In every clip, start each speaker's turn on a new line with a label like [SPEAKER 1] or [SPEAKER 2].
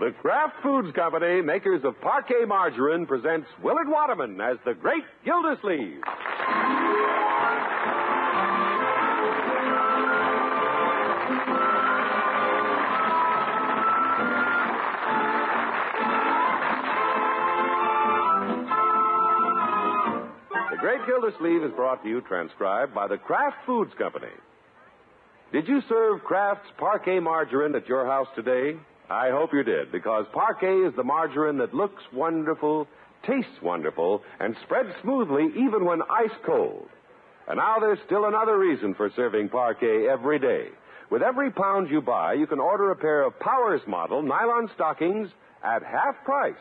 [SPEAKER 1] The Kraft Foods Company, makers of parquet margarine, presents Willard Waterman as the Great Gildersleeve. The Great Gildersleeve is brought to you, transcribed by the Kraft Foods Company. Did you serve Kraft's parquet margarine at your house today? I hope you did, because parquet is the margarine that looks wonderful, tastes wonderful, and spreads smoothly even when ice cold. And now there's still another reason for serving parquet every day. With every pound you buy, you can order a pair of Powers model nylon stockings at half price.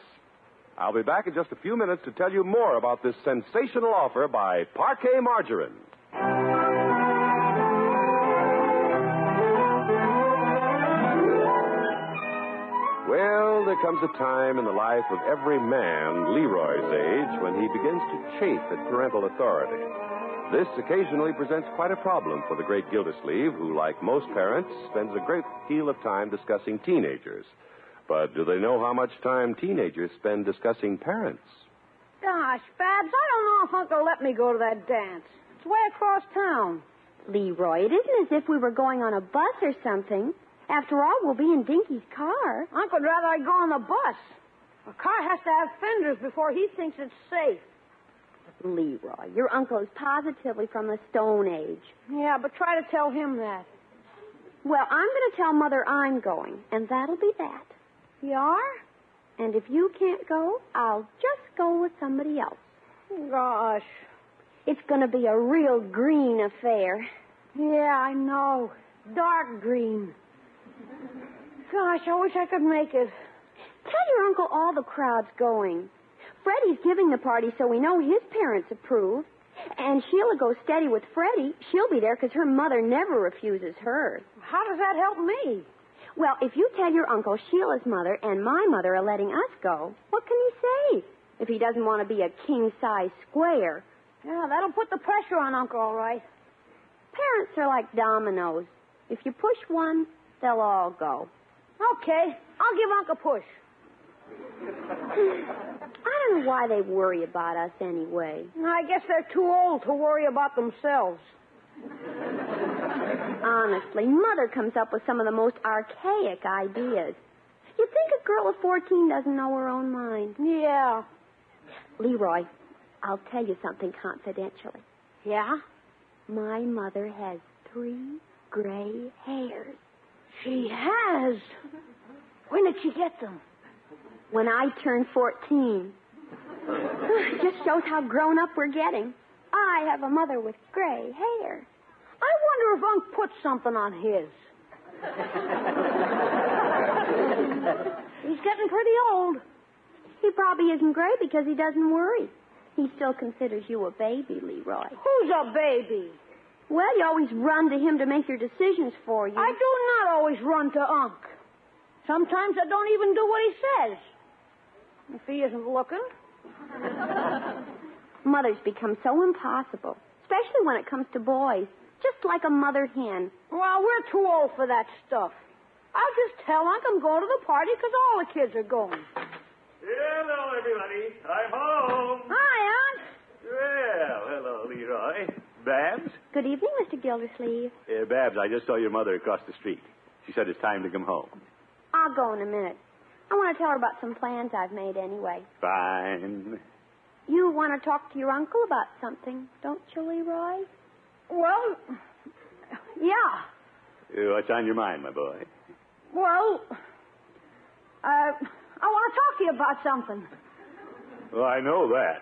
[SPEAKER 1] I'll be back in just a few minutes to tell you more about this sensational offer by Parquet Margarine. Well, there comes a time in the life of every man Leroy's age when he begins to chafe at parental authority. This occasionally presents quite a problem for the great Gildersleeve, who, like most parents, spends a great deal of time discussing teenagers. But do they know how much time teenagers spend discussing parents?
[SPEAKER 2] Gosh, Babs, I don't know if Uncle let me go to that dance. It's way across town.
[SPEAKER 3] Leroy, it isn't as if we were going on a bus or something. After all, we'll be in Dinky's car.
[SPEAKER 2] Uncle'd rather I go on the bus. A car has to have fenders before he thinks it's safe.
[SPEAKER 3] Leroy, your uncle is positively from the Stone Age.
[SPEAKER 2] Yeah, but try to tell him that.
[SPEAKER 3] Well, I'm going to tell Mother I'm going, and that'll be that.
[SPEAKER 2] You are?
[SPEAKER 3] And if you can't go, I'll just go with somebody else.
[SPEAKER 2] Gosh.
[SPEAKER 3] It's going to be a real green affair.
[SPEAKER 2] Yeah, I know. Dark green. Gosh, I wish I could make it.
[SPEAKER 3] Tell your uncle all the crowd's going. Freddie's giving the party, so we know his parents approve. And Sheila goes steady with Freddie. She'll be there because her mother never refuses her.
[SPEAKER 2] How does that help me?
[SPEAKER 3] Well, if you tell your uncle Sheila's mother and my mother are letting us go, what can he say? If he doesn't want to be a king size square,
[SPEAKER 2] Yeah, that'll put the pressure on Uncle, all right.
[SPEAKER 3] parents are like dominoes. If you push one, they'll all go.
[SPEAKER 2] Okay, I'll give Uncle a push.
[SPEAKER 3] I don't know why they worry about us anyway.
[SPEAKER 2] I guess they're too old to worry about themselves.
[SPEAKER 3] Honestly, Mother comes up with some of the most archaic ideas. You think a girl of 14 doesn't know her own mind.
[SPEAKER 2] Yeah.
[SPEAKER 3] Leroy, I'll tell you something confidentially.
[SPEAKER 2] Yeah?
[SPEAKER 3] My mother has three gray hairs.
[SPEAKER 2] She has. When did she get them?
[SPEAKER 3] When I turned 14, it just shows how grown up we're getting. I have a mother with gray hair.
[SPEAKER 2] I wonder if Unc put something on his. He's getting pretty old.
[SPEAKER 3] He probably isn't gray because he doesn't worry. He still considers you a baby, Leroy.
[SPEAKER 2] Who's a baby?
[SPEAKER 3] Well, you always run to him to make your decisions for you.
[SPEAKER 2] I do not always run to Unc. Sometimes I don't even do what he says. If he isn't looking.
[SPEAKER 3] Mothers become so impossible, especially when it comes to boys. Just like a mother hen.
[SPEAKER 2] Well, we're too old for that stuff. I'll just tell Unc I'm going to the party because all the kids are going.
[SPEAKER 4] Hello, everybody. I'm home.
[SPEAKER 2] Hi, Unc.
[SPEAKER 4] Well, hello, Leroy. Babs?
[SPEAKER 3] Good evening, Mr. Gildersleeve.
[SPEAKER 4] Uh, Babs, I just saw your mother across the street. She said it's time to come home.
[SPEAKER 3] I'll go in a minute. I want to tell her about some plans I've made anyway.
[SPEAKER 4] Fine.
[SPEAKER 3] You want to talk to your uncle about something, don't you, Leroy?
[SPEAKER 2] Well, yeah.
[SPEAKER 4] Uh, what's on your mind, my boy?
[SPEAKER 2] Well, uh, I want to talk to you about something.
[SPEAKER 4] Well, I know that.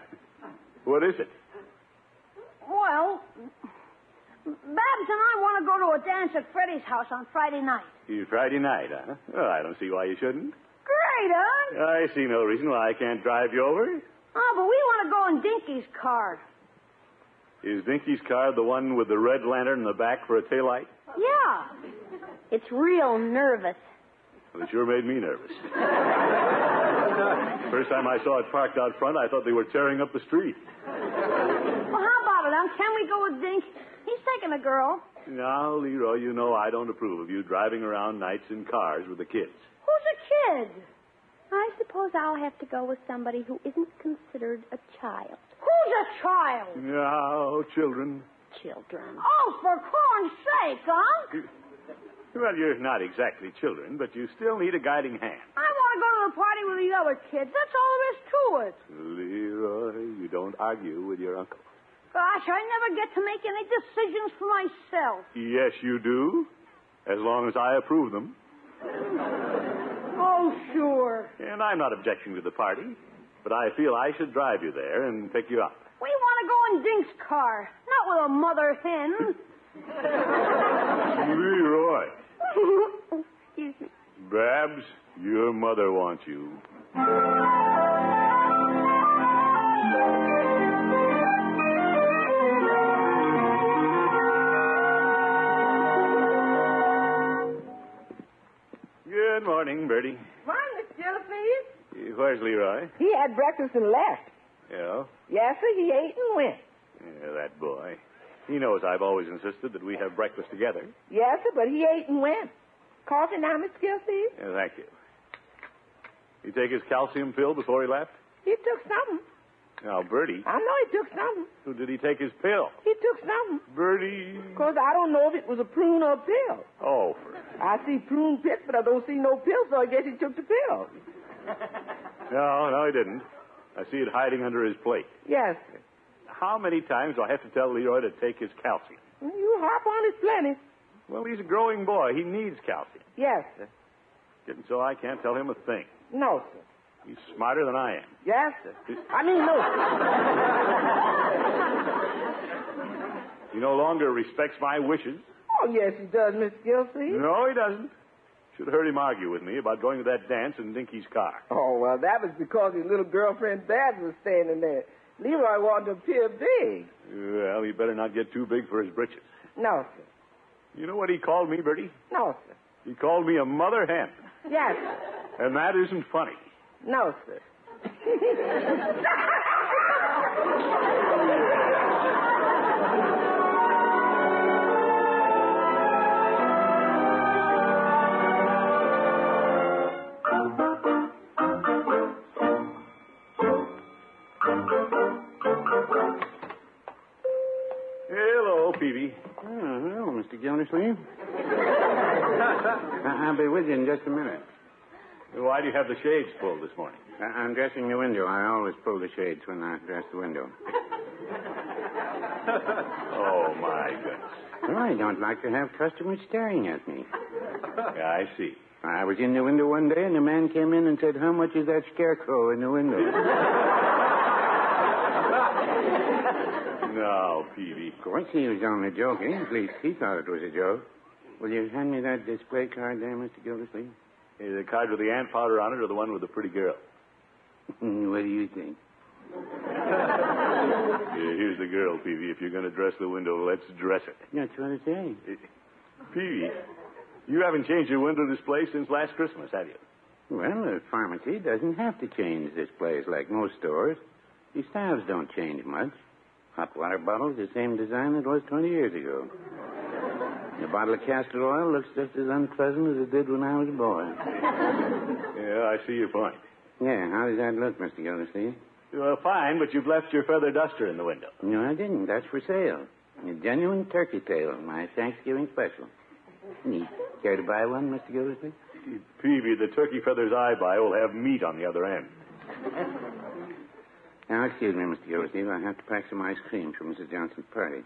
[SPEAKER 4] What is it?
[SPEAKER 2] Well, Babs and I want to go to a dance at Freddie's house on Friday night.
[SPEAKER 4] You Friday night, huh? Well, I don't see why you shouldn't.
[SPEAKER 2] Great, huh?
[SPEAKER 4] I see no reason why I can't drive you over.
[SPEAKER 2] Uh, Oh, but we want to go in Dinky's car.
[SPEAKER 4] Is Dinky's car the one with the red lantern in the back for a taillight?
[SPEAKER 2] Yeah.
[SPEAKER 3] It's real nervous.
[SPEAKER 4] Well, it sure made me nervous. First time I saw it parked out front, I thought they were tearing up the street.
[SPEAKER 2] Well, how about it, Unc? Can we go with Dink? He's taking a girl.
[SPEAKER 4] Now, Leroy, you know I don't approve of you driving around nights in cars with the kids.
[SPEAKER 2] Who's a kid?
[SPEAKER 3] suppose I'll have to go with somebody who isn't considered a child.
[SPEAKER 2] Who's a child?
[SPEAKER 4] Now, children.
[SPEAKER 3] Children.
[SPEAKER 2] Oh, for corn's sake, Unc.
[SPEAKER 4] Well, you're not exactly children, but you still need a guiding hand.
[SPEAKER 2] I want to go to the party with the other kids. That's all there is to it.
[SPEAKER 4] Leroy, you don't argue with your uncle.
[SPEAKER 2] Gosh, I never get to make any decisions for myself.
[SPEAKER 4] Yes, you do. As long as I approve them.
[SPEAKER 2] Oh, sure.
[SPEAKER 4] And I'm not objecting to the party, but I feel I should drive you there and pick you up.
[SPEAKER 2] We want to go in Dink's car, not with a mother hen.
[SPEAKER 4] Leroy.
[SPEAKER 3] Excuse me.
[SPEAKER 4] Babs, your mother wants you. Good morning, Bertie.
[SPEAKER 5] Morning, Miss Gillifees.
[SPEAKER 4] Eh, Where's Leroy?
[SPEAKER 5] He had breakfast and left.
[SPEAKER 4] Yeah.
[SPEAKER 5] Yes, sir, he ate and went.
[SPEAKER 4] yeah, that boy. He knows I've always insisted that we have breakfast together.
[SPEAKER 5] Yes, sir, but he ate and went. Coffee now, Miss Gillifees?
[SPEAKER 4] Yeah, thank you. He take his calcium pill before he left?
[SPEAKER 5] He took something.
[SPEAKER 4] Now, Bertie,
[SPEAKER 5] I know he took something.
[SPEAKER 4] who did he take his pill?
[SPEAKER 5] He took something.
[SPEAKER 4] Bertie.
[SPEAKER 5] Because I don't know if it was a prune or a pill.
[SPEAKER 4] Oh, for-
[SPEAKER 5] I see prune pits, but I don't see no pill, so I guess he took the pill.
[SPEAKER 4] no, no, he didn't. I see it hiding under his plate.
[SPEAKER 5] Yes, sir.
[SPEAKER 4] How many times do I have to tell Leroy to take his calcium?
[SPEAKER 5] You harp on it plenty.
[SPEAKER 4] Well, he's a growing boy. He needs calcium.
[SPEAKER 5] Yes, sir.
[SPEAKER 4] And so I can't tell him a thing.
[SPEAKER 5] No, sir.
[SPEAKER 4] He's smarter than I am.
[SPEAKER 5] Yes, sir. I mean, no, sir.
[SPEAKER 4] He no longer respects my wishes.
[SPEAKER 5] Oh, yes, he does, Miss Gillifees.
[SPEAKER 4] No, he doesn't. Should have heard him argue with me about going to that dance in Dinky's car.
[SPEAKER 5] Oh, well, that was because his little girlfriend Babs was standing there. Leroy wanted to appear big.
[SPEAKER 4] Well, he better not get too big for his britches.
[SPEAKER 5] No, sir.
[SPEAKER 4] You know what he called me, Bertie?
[SPEAKER 5] No, sir.
[SPEAKER 4] He called me a mother hen.
[SPEAKER 5] Yes, sir.
[SPEAKER 4] And that isn't funny.
[SPEAKER 5] No, sir.
[SPEAKER 4] Hello, Peavy.
[SPEAKER 6] Oh, hello, Mr. Gildersleeve. I'll be with you in just a minute.
[SPEAKER 4] Why do you have the shades pulled this morning?
[SPEAKER 6] I- I'm dressing the window. I always pull the shades when I dress the window.
[SPEAKER 4] Oh, my goodness.
[SPEAKER 6] Well, I don't like to have customers staring at me.
[SPEAKER 4] I see.
[SPEAKER 6] I was in the window one day, and a man came in and said, How much is that scarecrow in the window?
[SPEAKER 4] No, Peavy.
[SPEAKER 6] of course, he was only joking. At least he thought it was a joke. Will you hand me that display card there, Mr. Gildersleeve?
[SPEAKER 4] Is the card with the ant powder on it or the one with the pretty girl?
[SPEAKER 6] what do you think?
[SPEAKER 4] Here- Here's the girl, Peavy. If you're going to dress the window, let's dress it.
[SPEAKER 6] That's what I say.
[SPEAKER 4] Peavy, you haven't changed your window display since last Christmas, have you?
[SPEAKER 6] Well, a pharmacy doesn't have to change this place like most stores. The styles don't change much. Hot water bottle's the same design it was 20 years ago. The bottle of castor oil looks just as unpleasant as it did when I was a boy.
[SPEAKER 4] Yeah, I see your point.
[SPEAKER 6] Yeah, how does that look, Mr. Gildersleeve?
[SPEAKER 4] Well, fine, but you've left your feather duster in the window.
[SPEAKER 6] No, I didn't. That's for sale. A genuine turkey tail, my Thanksgiving special. Hmm. Care to buy one, Mr. Gildersleeve?
[SPEAKER 4] Peavy, the turkey feathers I buy will have meat on the other end.
[SPEAKER 6] Now, excuse me, Mr. Gildersleeve. I have to pack some ice cream for Mrs. Johnson's party.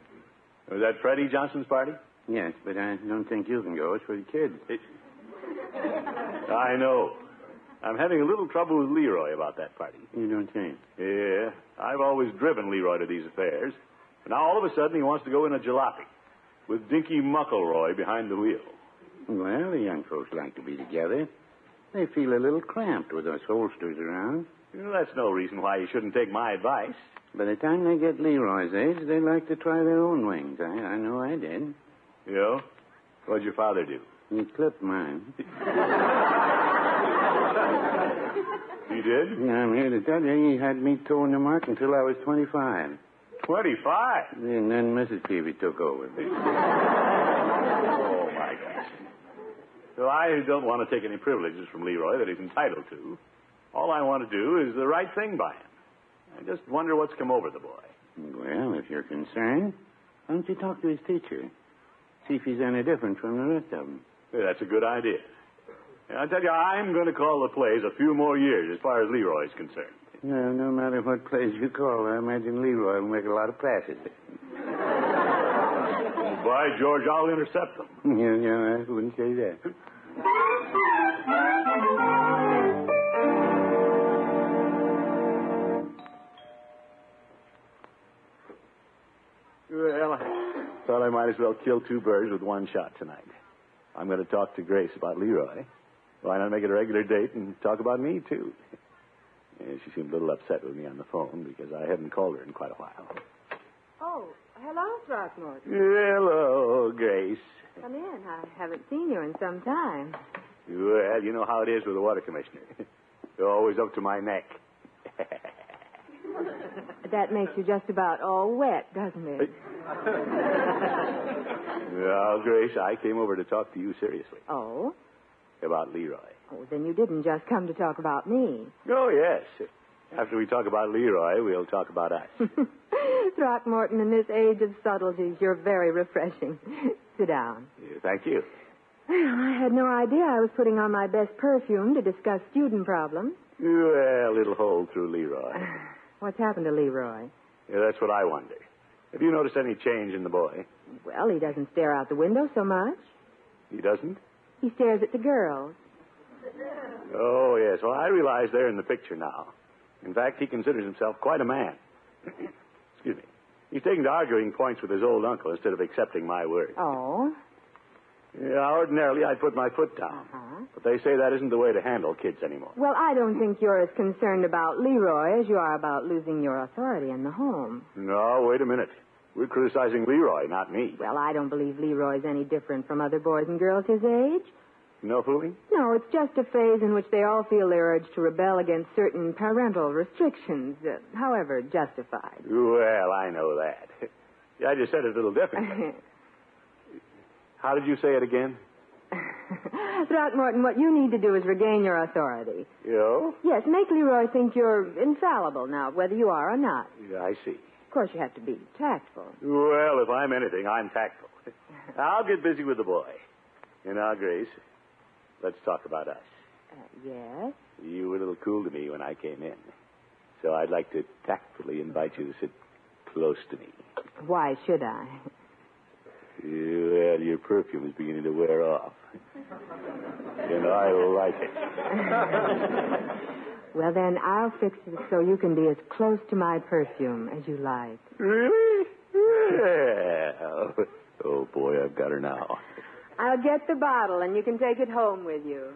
[SPEAKER 4] Was that Freddie Johnson's party?
[SPEAKER 6] Yes, but I don't think you can go. It's for the kids.
[SPEAKER 4] I know. I'm having a little trouble with Leroy about that party.
[SPEAKER 6] You don't change.
[SPEAKER 4] Yeah, I've always driven Leroy to these affairs. But now all of a sudden he wants to go in a jalopy with Dinky Muckleroy behind the wheel.
[SPEAKER 6] Well, the young folks like to be together. They feel a little cramped with us oldsters around.
[SPEAKER 4] You know, that's no reason why you shouldn't take my advice.
[SPEAKER 6] By the time they get Leroy's age, they like to try their own wings. I, I know I did.
[SPEAKER 4] You know? What'd your father do?
[SPEAKER 6] He clipped mine.
[SPEAKER 4] He did?
[SPEAKER 6] I'm here to tell you, he had me toeing the mark until I was 25.
[SPEAKER 4] 25.
[SPEAKER 6] And then Mrs. Peavy took over.
[SPEAKER 4] Oh, my gosh. So I don't want to take any privileges from Leroy that he's entitled to. All I want to do is the right thing by him. I just wonder what's come over the boy.
[SPEAKER 6] Well, if you're concerned, why don't you talk to his teacher? See if he's any different from the rest of them.
[SPEAKER 4] Yeah, that's a good idea. And I tell you, I'm going to call the plays a few more years as far as Leroy's concerned.
[SPEAKER 6] No, no matter what plays you call, I imagine Leroy will make a lot of passes.
[SPEAKER 4] Well, by George, I'll intercept them.
[SPEAKER 6] yeah, yeah, I wouldn't say that.
[SPEAKER 4] Well, I thought I might as well kill two birds with one shot tonight. I'm going to talk to Grace about Leroy. Why not make it a regular date and talk about me, too? Yeah, she seemed a little upset with me on the phone because I haven't called her in quite a while.
[SPEAKER 7] Oh, hello, Throckmorton.
[SPEAKER 4] Hello, Grace.
[SPEAKER 7] Come in. I haven't seen you in some time.
[SPEAKER 4] Well, you know how it is with the water commissioner. They're always up to my neck.
[SPEAKER 7] That makes you just about all wet, doesn't it?
[SPEAKER 4] Well, Grace, I came over to talk to you seriously
[SPEAKER 7] Oh?
[SPEAKER 4] about Leroy.
[SPEAKER 7] Oh, then you didn't just come to talk about me.
[SPEAKER 4] Oh, yes. After we talk about Leroy, we'll talk about us.
[SPEAKER 7] Throckmorton, in this age of subtleties, you're very refreshing. Sit down.
[SPEAKER 4] Yeah, Thank you.
[SPEAKER 7] Well, I had no idea I was putting on my best perfume to discuss student problems.
[SPEAKER 4] Well, it'll hold through Leroy.
[SPEAKER 7] What's happened to Leroy?
[SPEAKER 4] Yeah, that's what I wonder. Have you noticed any change in the boy?
[SPEAKER 7] Well, he doesn't stare out the window so much.
[SPEAKER 4] He doesn't?
[SPEAKER 7] He stares at the girls.
[SPEAKER 4] Oh, yes. Well, I realize they're in the picture now. In fact, he considers himself quite a man. Excuse me. He's taken to arguing points with his old uncle instead of accepting my word.
[SPEAKER 7] Oh?
[SPEAKER 4] Yeah, ordinarily, I'd put my foot down.
[SPEAKER 7] Uh-huh.
[SPEAKER 4] But they say that isn't the way to handle kids anymore.
[SPEAKER 7] Well, I don't think you're as concerned about Leroy as you are about losing your authority in the home.
[SPEAKER 4] No, wait a minute. We're criticizing Leroy, not me.
[SPEAKER 7] Well, I don't believe Leroy's any different from other boys and girls his age.
[SPEAKER 4] No fooling?
[SPEAKER 7] No, it's just a phase in which they all feel their urge to rebel against certain parental restrictions, uh, however justified.
[SPEAKER 4] Well, I know that. I just said it a little differently. How did you say it again?
[SPEAKER 7] Throckmorton, what you need to do is regain your authority.
[SPEAKER 4] Yo?
[SPEAKER 7] Yes, make Leroy think you're infallible now, whether you are or not.
[SPEAKER 4] Yeah, I see.
[SPEAKER 7] Of course, you have to be tactful.
[SPEAKER 4] Well, if I'm anything, I'm tactful. I'll get busy with the boy. And now, Grace, let's talk about us.
[SPEAKER 7] Uh, yes?
[SPEAKER 4] You were a little cool to me when I came in. So I'd like to tactfully invite you to sit close to me.
[SPEAKER 7] Why should I?
[SPEAKER 4] Well, your perfume is beginning to wear off. and I like it.
[SPEAKER 7] Well, then, I'll fix it so you can be as close to my perfume as you like.
[SPEAKER 4] Really? Well. Oh, boy, I've got her now.
[SPEAKER 7] I'll get the bottle, and you can take it home with you.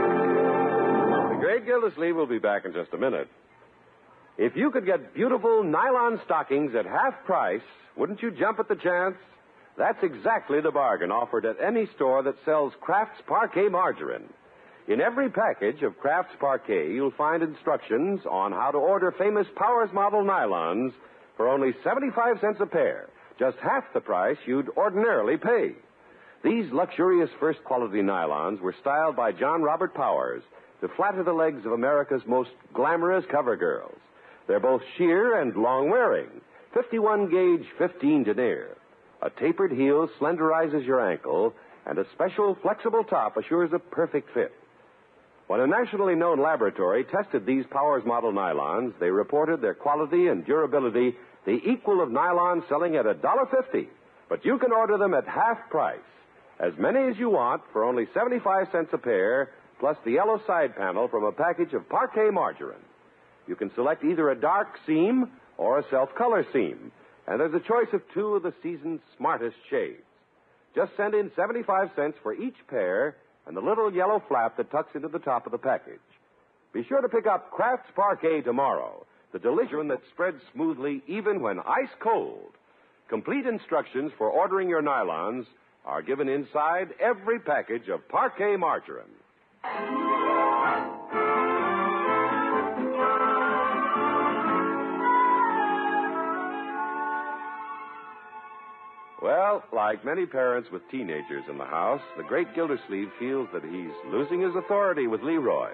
[SPEAKER 1] The great Gildersleeve will be back in just a minute. If you could get beautiful nylon stockings at half price, wouldn't you jump at the chance? That's exactly the bargain offered at any store that sells Kraft's Parquet Margarine. In every package of Kraft's Parquet, you'll find instructions on how to order famous Powers model nylons for only 75 cents a pair, just half the price you'd ordinarily pay. These luxurious first quality nylons were styled by John Robert Powers to flatter the legs of America's most glamorous cover girls. They're both sheer and long wearing, 51 gauge, 15 denier. A tapered heel slenderizes your ankle, and a special flexible top assures a perfect fit. When a nationally known laboratory tested these Powers model nylons, they reported their quality and durability the equal of nylon selling at $1.50. But you can order them at half price. As many as you want for only 75 cents a pair, plus the yellow side panel from a package of parquet margarine. You can select either a dark seam or a self color seam, and there's a choice of two of the season's smartest shades. Just send in 75 cents for each pair and the little yellow flap that tucks into the top of the package. Be sure to pick up Kraft's Parquet tomorrow, the delicious that spreads smoothly even when ice cold. Complete instructions for ordering your nylons are given inside every package of Parquet margarine. Well, like many parents with teenagers in the house, the great Gildersleeve feels that he's losing his authority with Leroy.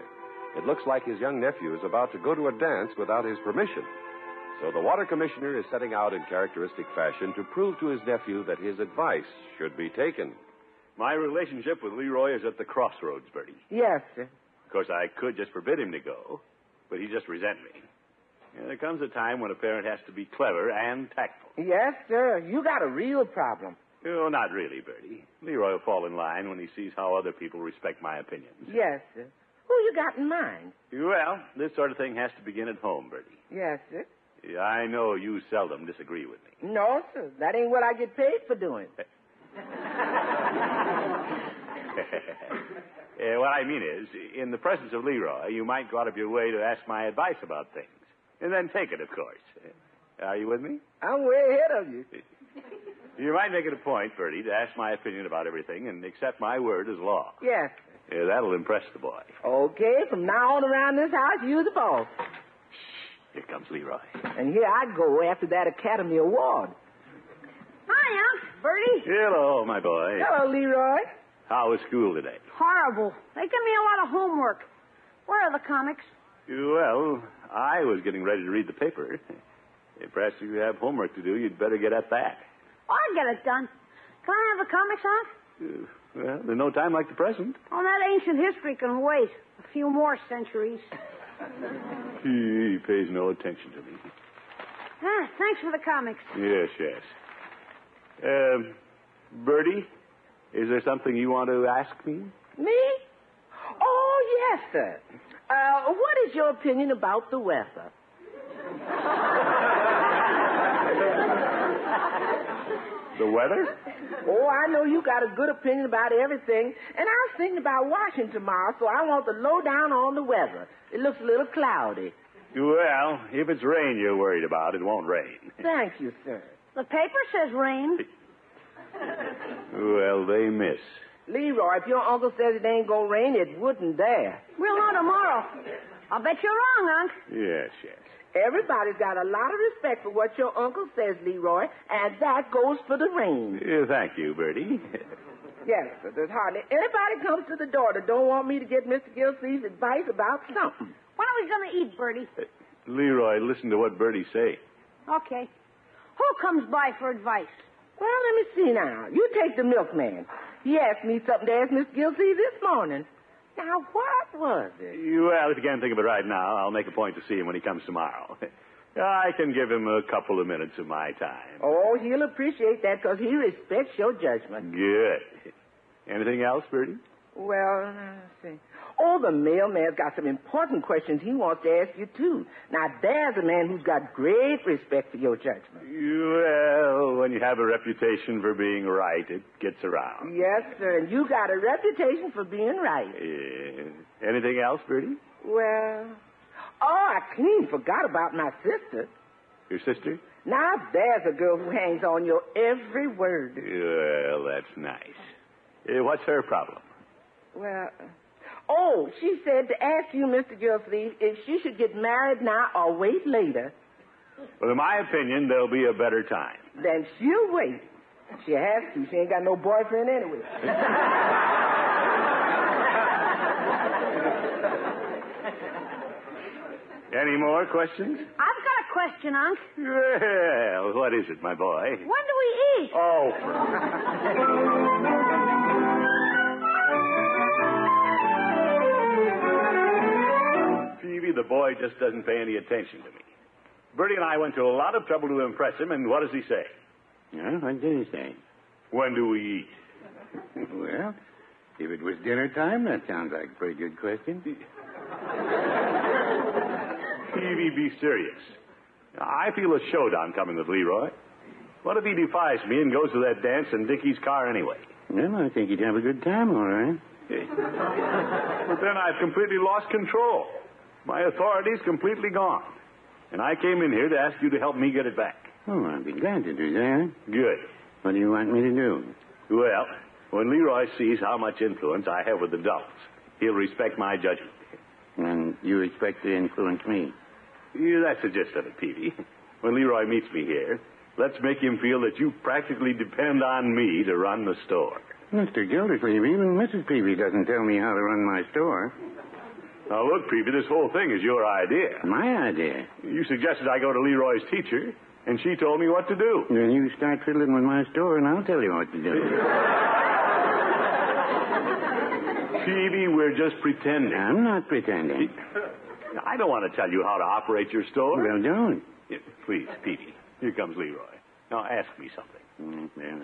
[SPEAKER 1] It looks like his young nephew is about to go to a dance without his permission. So the water commissioner is setting out in characteristic fashion to prove to his nephew that his advice should be taken.
[SPEAKER 4] My relationship with Leroy is at the crossroads, Bertie.
[SPEAKER 5] Yes, sir.
[SPEAKER 4] Of course, I could just forbid him to go, but he just resent me. And there comes a time when a parent has to be clever and tactful.
[SPEAKER 5] Yes, sir. You got a real problem.
[SPEAKER 4] Oh, not really, Bertie. Leroy will fall in line when he sees how other people respect my opinions.
[SPEAKER 5] Yes, sir. Who you got in mind?
[SPEAKER 4] Well, this sort of thing has to begin at home, Bertie.
[SPEAKER 5] Yes, sir.
[SPEAKER 4] Yeah, I know you seldom disagree with me.
[SPEAKER 5] No, sir. That ain't what I get paid for doing.
[SPEAKER 4] Eh, what I mean is, in the presence of Leroy, you might go out of your way to ask my advice about things. And then take it, of course. Eh, Are you with me?
[SPEAKER 5] I'm way ahead of you.
[SPEAKER 4] You might make it a point, Bertie, to ask my opinion about everything and accept my word as law.
[SPEAKER 5] Yes. sir.
[SPEAKER 4] Eh, that'll impress the boy.
[SPEAKER 5] Okay, from now on around this house, you the boss.
[SPEAKER 4] Here comes Leroy.
[SPEAKER 5] And here I go after that Academy Award.
[SPEAKER 2] Hi, Unc. Bertie.
[SPEAKER 4] Hello, my boy.
[SPEAKER 5] Hello, Leroy.
[SPEAKER 4] How was school today?
[SPEAKER 2] Horrible. They give me a lot of homework. Where are the comics?
[SPEAKER 4] Well, I was getting ready to read the paper. If perhaps you have homework to do, you'd better get at that.
[SPEAKER 2] I'll Oh, get it done. Can I have the comics, Unc?
[SPEAKER 4] Uh, well, there's no time like the present.
[SPEAKER 2] Oh, that ancient history can wait a few more centuries.
[SPEAKER 4] He pays no attention to me.
[SPEAKER 2] Ah, thanks for the comics.
[SPEAKER 4] Yes, yes. Um, Bertie, is there something you want to ask me?
[SPEAKER 5] Me? Oh, yes, sir. Uh, what is your opinion about the weather?
[SPEAKER 4] The weather?
[SPEAKER 5] Oh, I know you got a good opinion about everything, and I was thinking about Washington tomorrow, so I want the lowdown on the weather. It looks a little cloudy.
[SPEAKER 4] Well, if it's rain you're worried about, it won't rain.
[SPEAKER 5] Thank you, sir.
[SPEAKER 2] The paper says rain.
[SPEAKER 4] Well, they miss.
[SPEAKER 5] Leroy, if your uncle says it ain't gonna rain, it wouldn't dare.
[SPEAKER 2] We'll know tomorrow. I'll bet you're wrong, Unc.
[SPEAKER 4] Yes, yes.
[SPEAKER 5] Everybody's got a lot of respect for what your uncle says, Leroy, and that goes for the rain.
[SPEAKER 4] Eh, thank you, Bertie.
[SPEAKER 5] Yes, sir. There's hardly anybody comes to the door that don't want me to get Mr. Gilsey's advice about something. Uh,
[SPEAKER 2] What are we going to eat, Bertie?
[SPEAKER 4] Leroy, listen to what Bertie say.
[SPEAKER 2] Okay. Who comes by for advice?
[SPEAKER 5] Well, let me see now. You take the milkman. He asked me something to ask Miss Gilsey this morning. Now, what was it?
[SPEAKER 4] Well, if you can't think of it right now, I'll make a point to see him when he comes tomorrow. I can give him a couple of minutes of my time.
[SPEAKER 5] Oh, he'll appreciate that because he respects your judgment.
[SPEAKER 4] Good. Anything else, Bertie?
[SPEAKER 5] Well, let's see. Oh, the mailman's got some important questions he wants to ask you, too. Now, there's a man who's got great respect for your judgment.
[SPEAKER 4] Well, when you have a reputation for being right, it gets around.
[SPEAKER 5] Yes, sir, and you got a reputation for being right.
[SPEAKER 4] Eh, anything else, Bertie?
[SPEAKER 5] Well, oh, I clean forgot about my sister.
[SPEAKER 4] Your sister?
[SPEAKER 5] Now, there's a girl who hangs on your every word.
[SPEAKER 4] Well, that's nice. Eh, what's her problem?
[SPEAKER 5] Well, oh, she said to ask you, Mr. Gilsleeve, if she should get married now or wait later.
[SPEAKER 4] Well, in my opinion, there'll be a better time.
[SPEAKER 5] Then she'll wait. She has to. She ain't got no boyfriend anyway.
[SPEAKER 4] Any more questions?
[SPEAKER 2] I've got a question, Unc.
[SPEAKER 4] Well, what is it, my boy?
[SPEAKER 2] When do we eat?
[SPEAKER 4] Oh, Phoebe, the boy just doesn't pay any attention to me. Bertie and I went to a lot of trouble to impress him, and what does he say?
[SPEAKER 6] Well, what did he say?
[SPEAKER 4] When do we eat?
[SPEAKER 6] Well, if it was dinner time, that sounds like a pretty good question.
[SPEAKER 4] Phoebe, be serious. I feel a showdown coming with Leroy. What if he defies me and goes to that dance in Dickie's car anyway?
[SPEAKER 6] Well, I think he'd have a good time, all right.
[SPEAKER 4] But then I've completely lost control. My authority's completely gone. And I came in here to ask you to help me get it back.
[SPEAKER 6] Oh, I'd be glad to do that.
[SPEAKER 4] Good.
[SPEAKER 6] What do you want me to do?
[SPEAKER 4] Well, when Leroy sees how much influence I have with adults, he'll respect my judgment.
[SPEAKER 6] And you expect to influence me.
[SPEAKER 4] Yeah, That's the gist of it, Peavy. When Leroy meets me here, Let's make him feel that you practically depend on me to run the store.
[SPEAKER 6] Mr. Gildersleeve, even Mrs. Peavy doesn't tell me how to run my store.
[SPEAKER 4] Now, look, Peavy, this whole thing is your idea.
[SPEAKER 6] My idea.
[SPEAKER 4] You suggested I go to Leroy's teacher, and she told me what to do.
[SPEAKER 6] Then you start fiddling with my store, and I'll tell you what to do.
[SPEAKER 4] Peavy, we're just pretending.
[SPEAKER 6] I'm not pretending.
[SPEAKER 4] I don't want to tell you how to operate your store.
[SPEAKER 6] Well, don't.
[SPEAKER 4] Yeah, Please, Peavy. Here comes Leroy. Now, ask me something.
[SPEAKER 6] Mm, yeah.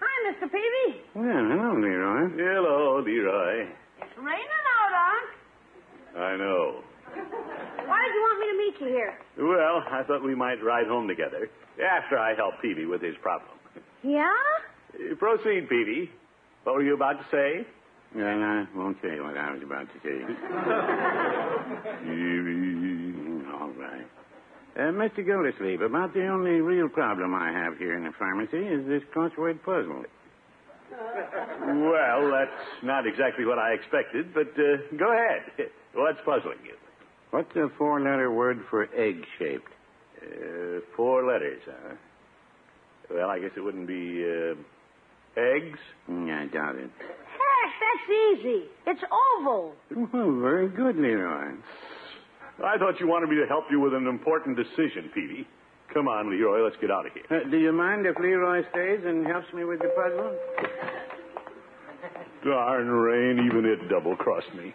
[SPEAKER 2] Hi, Mr. Peavy.
[SPEAKER 6] Well, hello, Leroy.
[SPEAKER 4] Hello, Leroy.
[SPEAKER 2] It's raining out, Unc.
[SPEAKER 4] I know.
[SPEAKER 2] Why did you want me to meet you here?
[SPEAKER 4] Well, I thought we might ride home together after I help Peavy with his problem.
[SPEAKER 2] Yeah?
[SPEAKER 4] Uh, Proceed, Peavy. What were you about to say?
[SPEAKER 6] Well, I won't say what I was about to say. Mm, All right. Uh, Mr. Gildersleeve, about the only real problem I have here in the pharmacy is this crossword puzzle.
[SPEAKER 4] Well, that's not exactly what I expected, but uh, go ahead. What's puzzling you?
[SPEAKER 6] What's the four letter word for egg shaped?
[SPEAKER 4] Uh, four letters, huh? Well, I guess it wouldn't be uh, eggs.
[SPEAKER 6] Mm, I doubt it.
[SPEAKER 2] Heck, that's easy. It's oval.
[SPEAKER 6] Well, very good, Leroy.
[SPEAKER 4] Hmm, I thought you wanted me to help you with an important decision, Peavy. Come on, Leroy, let's get out of here.
[SPEAKER 6] Uh, do you mind if Leroy stays and helps me with the puzzle?
[SPEAKER 4] Darn rain, even it double crossed me.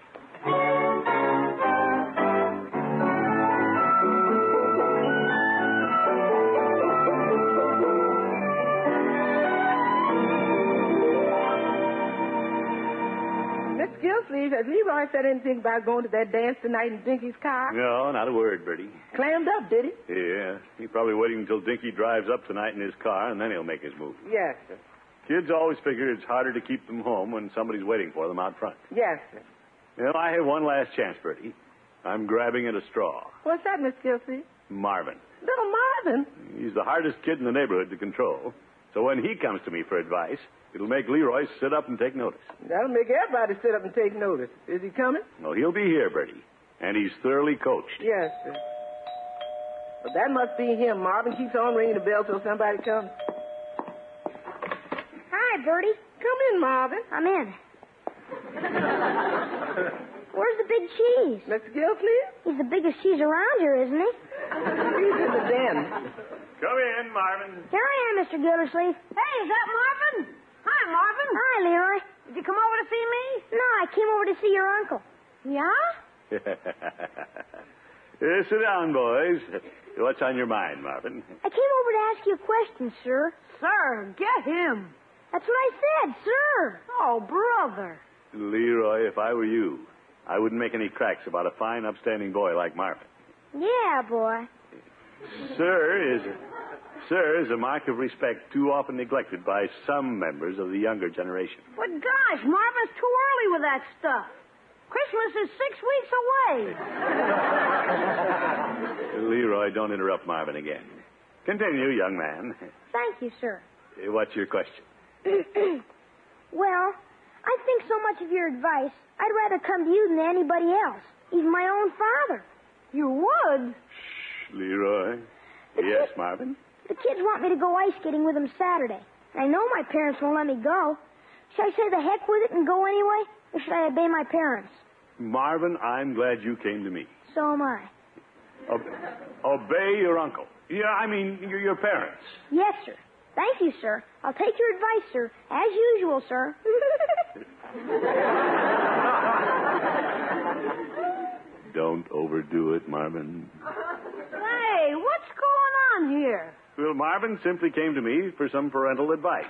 [SPEAKER 5] Miss Gilsleeve, has Leroy said anything about going to that dance tonight in Dinky's car?
[SPEAKER 4] No, not a word, Bertie.
[SPEAKER 5] Clammed up, did he?
[SPEAKER 4] Yeah, he's probably waiting until Dinky drives up tonight in his car, and then he'll make his move.
[SPEAKER 5] Yes, sir.
[SPEAKER 4] Kids always figure it's harder to keep them home when somebody's waiting for them out front.
[SPEAKER 5] Yes, sir.
[SPEAKER 4] Well, I have one last chance, Bertie. I'm grabbing at a straw.
[SPEAKER 5] What's that, Miss Gilsleeve?
[SPEAKER 4] Marvin.
[SPEAKER 5] Little Marvin.
[SPEAKER 4] He's the hardest kid in the neighborhood to control. So when he comes to me for advice, it'll make Leroy sit up and take notice.
[SPEAKER 5] That'll make everybody sit up and take notice. Is he coming?
[SPEAKER 4] Well, he'll be here, Bertie. And he's thoroughly coached.
[SPEAKER 5] Yes, sir. Well, that must be him. Marvin keeps on ringing the bell till somebody comes.
[SPEAKER 2] Hi, Bertie.
[SPEAKER 5] Come in, Marvin.
[SPEAKER 2] I'm in.
[SPEAKER 8] Where's the big cheese?
[SPEAKER 5] Mr. Gilsleeve?
[SPEAKER 8] He's the biggest cheese around here, isn't he?
[SPEAKER 5] He's in the den.
[SPEAKER 4] Come in, Marvin.
[SPEAKER 8] Here I am, Mr. Gildersleeve.
[SPEAKER 2] Hey, is that Marvin? Hi, Marvin.
[SPEAKER 8] Hi, Leroy.
[SPEAKER 2] Did you come over to see me?
[SPEAKER 8] No, I came over to see your uncle.
[SPEAKER 2] Yeah?
[SPEAKER 4] Uh, sit Eh, down, boys. What's on your mind, Marvin?
[SPEAKER 8] I came over to ask you a question, sir.
[SPEAKER 2] Sir, get him.
[SPEAKER 8] That's what I said, sir.
[SPEAKER 2] Oh, brother.
[SPEAKER 4] Leroy, if I were you, I wouldn't make any cracks about a fine, upstanding boy like Marvin.
[SPEAKER 8] Yeah, boy.
[SPEAKER 4] Sir is, sir is a mark of respect too often neglected by some members of the younger generation.
[SPEAKER 2] But gosh, Marvin's too early with that stuff. Christmas is six weeks away.
[SPEAKER 4] Leroy, don't interrupt Marvin again. Continue, young man.
[SPEAKER 8] Thank you, sir.
[SPEAKER 4] Uh, What's your question?
[SPEAKER 8] Well, I think so much of your advice, I'd rather come to you than anybody else, even my own father.
[SPEAKER 2] You would?
[SPEAKER 4] Leroy? Yes, Marvin?
[SPEAKER 8] The kids want me to go ice skating with them Saturday. I know my parents won't let me go. Should I say the heck with it and go anyway, or should I obey my parents?
[SPEAKER 4] Marvin, I'm glad you came to me.
[SPEAKER 8] So am I.
[SPEAKER 4] O- obey your uncle. Yeah, I mean, your, your parents.
[SPEAKER 8] Yes, sir. Thank you, sir. I'll take your advice, sir. As usual, sir.
[SPEAKER 4] Don't overdo it, Marvin.
[SPEAKER 2] Hey, what's going on here?
[SPEAKER 4] Well, Marvin simply came to me for some parental advice,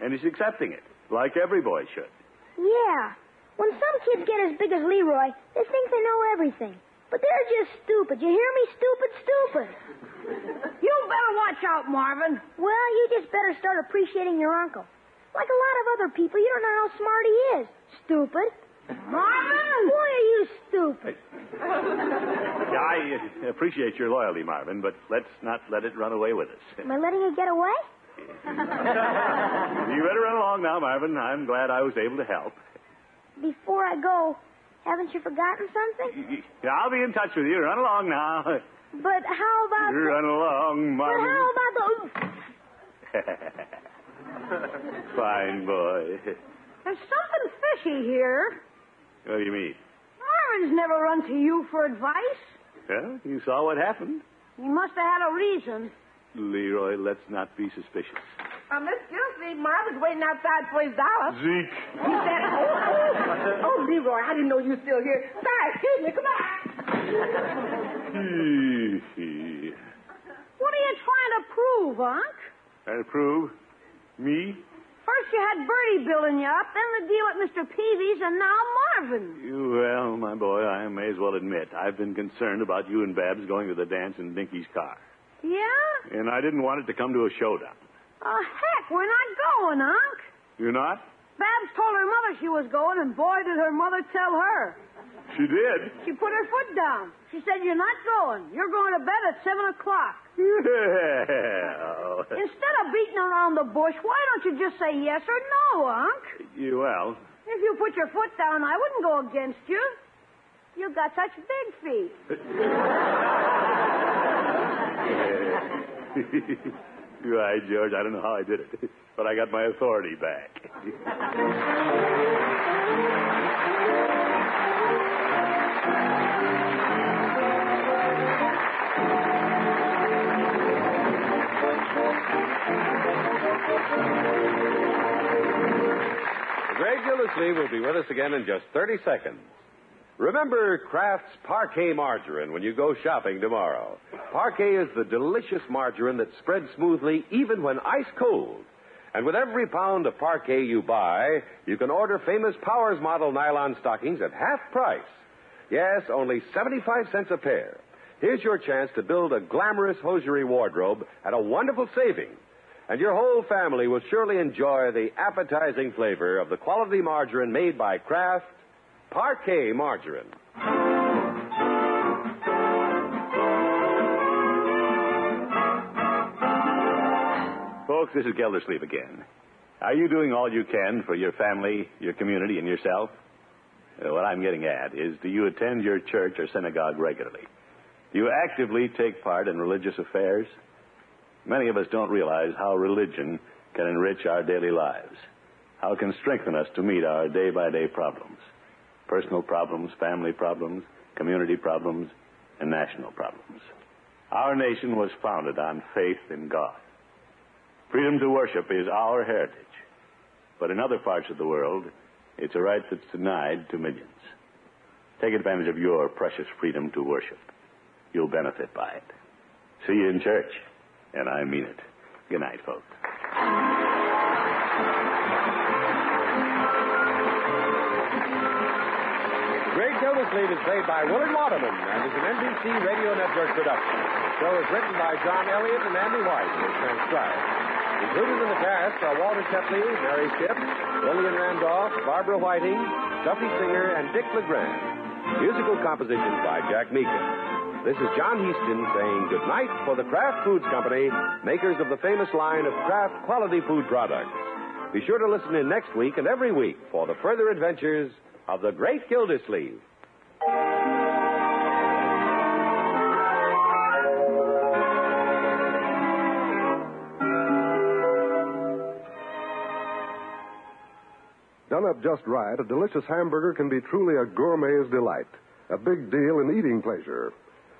[SPEAKER 4] and he's accepting it, like every boy should.
[SPEAKER 8] yeah. When some kids get as big as Leroy, they think they know everything. But they're just stupid. You hear me? Stupid, stupid.
[SPEAKER 2] You better watch out, Marvin.
[SPEAKER 8] Well, you just better start appreciating your uncle. Like a lot of other people, you don't know how smart he is. Stupid.
[SPEAKER 2] Marvin?
[SPEAKER 8] Boy, are you stupid.
[SPEAKER 4] I uh, appreciate your loyalty, Marvin, but let's not let it run away with us.
[SPEAKER 8] Am I letting you get away?
[SPEAKER 4] You better run along now, Marvin. I'm glad I was able to help.
[SPEAKER 8] Before I go, haven't you forgotten something?
[SPEAKER 4] Yeah, I'll be in touch with you. Run along now.
[SPEAKER 2] But how about.
[SPEAKER 4] Run along,
[SPEAKER 2] But
[SPEAKER 4] Martin.
[SPEAKER 2] how about the.
[SPEAKER 4] Fine boy.
[SPEAKER 2] There's something fishy here.
[SPEAKER 4] What do you mean?
[SPEAKER 2] Myron's never run to you for advice.
[SPEAKER 4] Well, you saw what happened.
[SPEAKER 2] He must have had a reason.
[SPEAKER 4] Leroy, let's not be suspicious.
[SPEAKER 5] Uh, Miss Gilsey, Marvin's waiting outside for his dollar.
[SPEAKER 4] Zeke.
[SPEAKER 5] He said, oh, oh, oh, Leroy, I didn't know you were still here. Sorry, excuse me, come on.
[SPEAKER 2] What are you trying to prove, Unc?
[SPEAKER 4] I approve. Me?
[SPEAKER 2] First you had Bertie building you up, then the deal at Mr. Peavy's, and now Marvin.
[SPEAKER 4] You, well, my boy, I may as well admit I've been concerned about you and Babs going to the dance in Dinky's car.
[SPEAKER 2] Yeah?
[SPEAKER 4] And I didn't want it to come to a showdown.
[SPEAKER 2] Oh, heck, we're not going, Unc.
[SPEAKER 4] You're not?
[SPEAKER 2] Babs told her mother she was going, and boy, did her mother tell her.
[SPEAKER 4] She did.
[SPEAKER 2] She put her foot down. She said, You're not going. You're going to bed at 7 o'clock.
[SPEAKER 4] Well,
[SPEAKER 2] Instead of beating around the bush, why don't you just say yes or no, Unc?
[SPEAKER 4] you, well,
[SPEAKER 2] If you put your foot down, I wouldn't go against you. You got such big feet.
[SPEAKER 4] You're right, George. I don't know how I did it, but I got my authority back.
[SPEAKER 1] Greg Gildersleeve will be with us again in just 30 seconds. Remember Kraft's Parquet Margarine when you go shopping tomorrow. Parquet is the delicious margarine that spreads smoothly even when ice cold. And with every pound of parquet you buy, you can order famous Powers model nylon stockings at half price. Yes, only 75 cents a pair. Here's your chance to build a glamorous hosiery wardrobe at a wonderful saving. And your whole family will surely enjoy the appetizing flavor of the quality margarine made by Kraft Parquet Margarine.
[SPEAKER 4] Folks, this is Geldersleeve again. Are you doing all you can for your family, your community, and yourself? Uh, what I'm getting at is do you attend your church or synagogue regularly? Do you actively take part in religious affairs? Many of us don't realize how religion can enrich our daily lives, how it can strengthen us to meet our day by day problems personal problems, family problems, community problems, and national problems. Our nation was founded on faith in God. Freedom to worship is our heritage. But in other parts of the world, it's a right that's denied to millions. Take advantage of your precious freedom to worship. You'll benefit by it. See you in church. And I mean it. Good night, folks.
[SPEAKER 1] Greg Gildersleeve is played by Willard Waterman and is an NBC Radio Network production. The show is written by John Elliott and Andy White and is transcribed. Included in the cast are Walter Tetley, Mary Shipp, Lillian Randolph, Barbara Whiting, Duffy Singer, and Dick LeGrand. Musical compositions by Jack Meekin. This is John Heaston saying good night for the Kraft Foods Company, makers of the famous line of Kraft quality food products. Be sure to listen in next week and every week for the further adventures of the great Gildersleeve.
[SPEAKER 9] Done up just right, a delicious hamburger can be truly a gourmet's delight, a big deal in eating pleasure.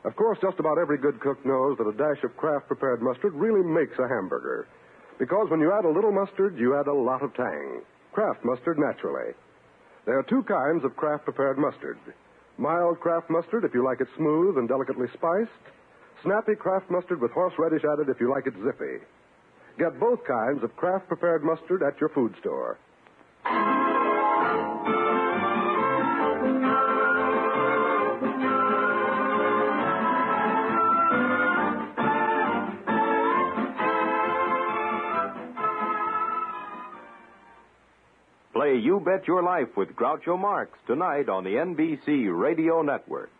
[SPEAKER 9] Of course, just about every good cook knows that a dash of Kraft prepared mustard really makes a hamburger. Because when you add a little mustard, you add a lot of tang. Kraft mustard naturally. There are two kinds of Kraft prepared mustard mild Kraft mustard if you like it smooth and delicately spiced, snappy Kraft mustard with horseradish added if you like it zippy. Get both kinds of Kraft prepared mustard at your food store.
[SPEAKER 1] Play You Bet Your Life with Groucho Marx tonight on the NBC Radio Network.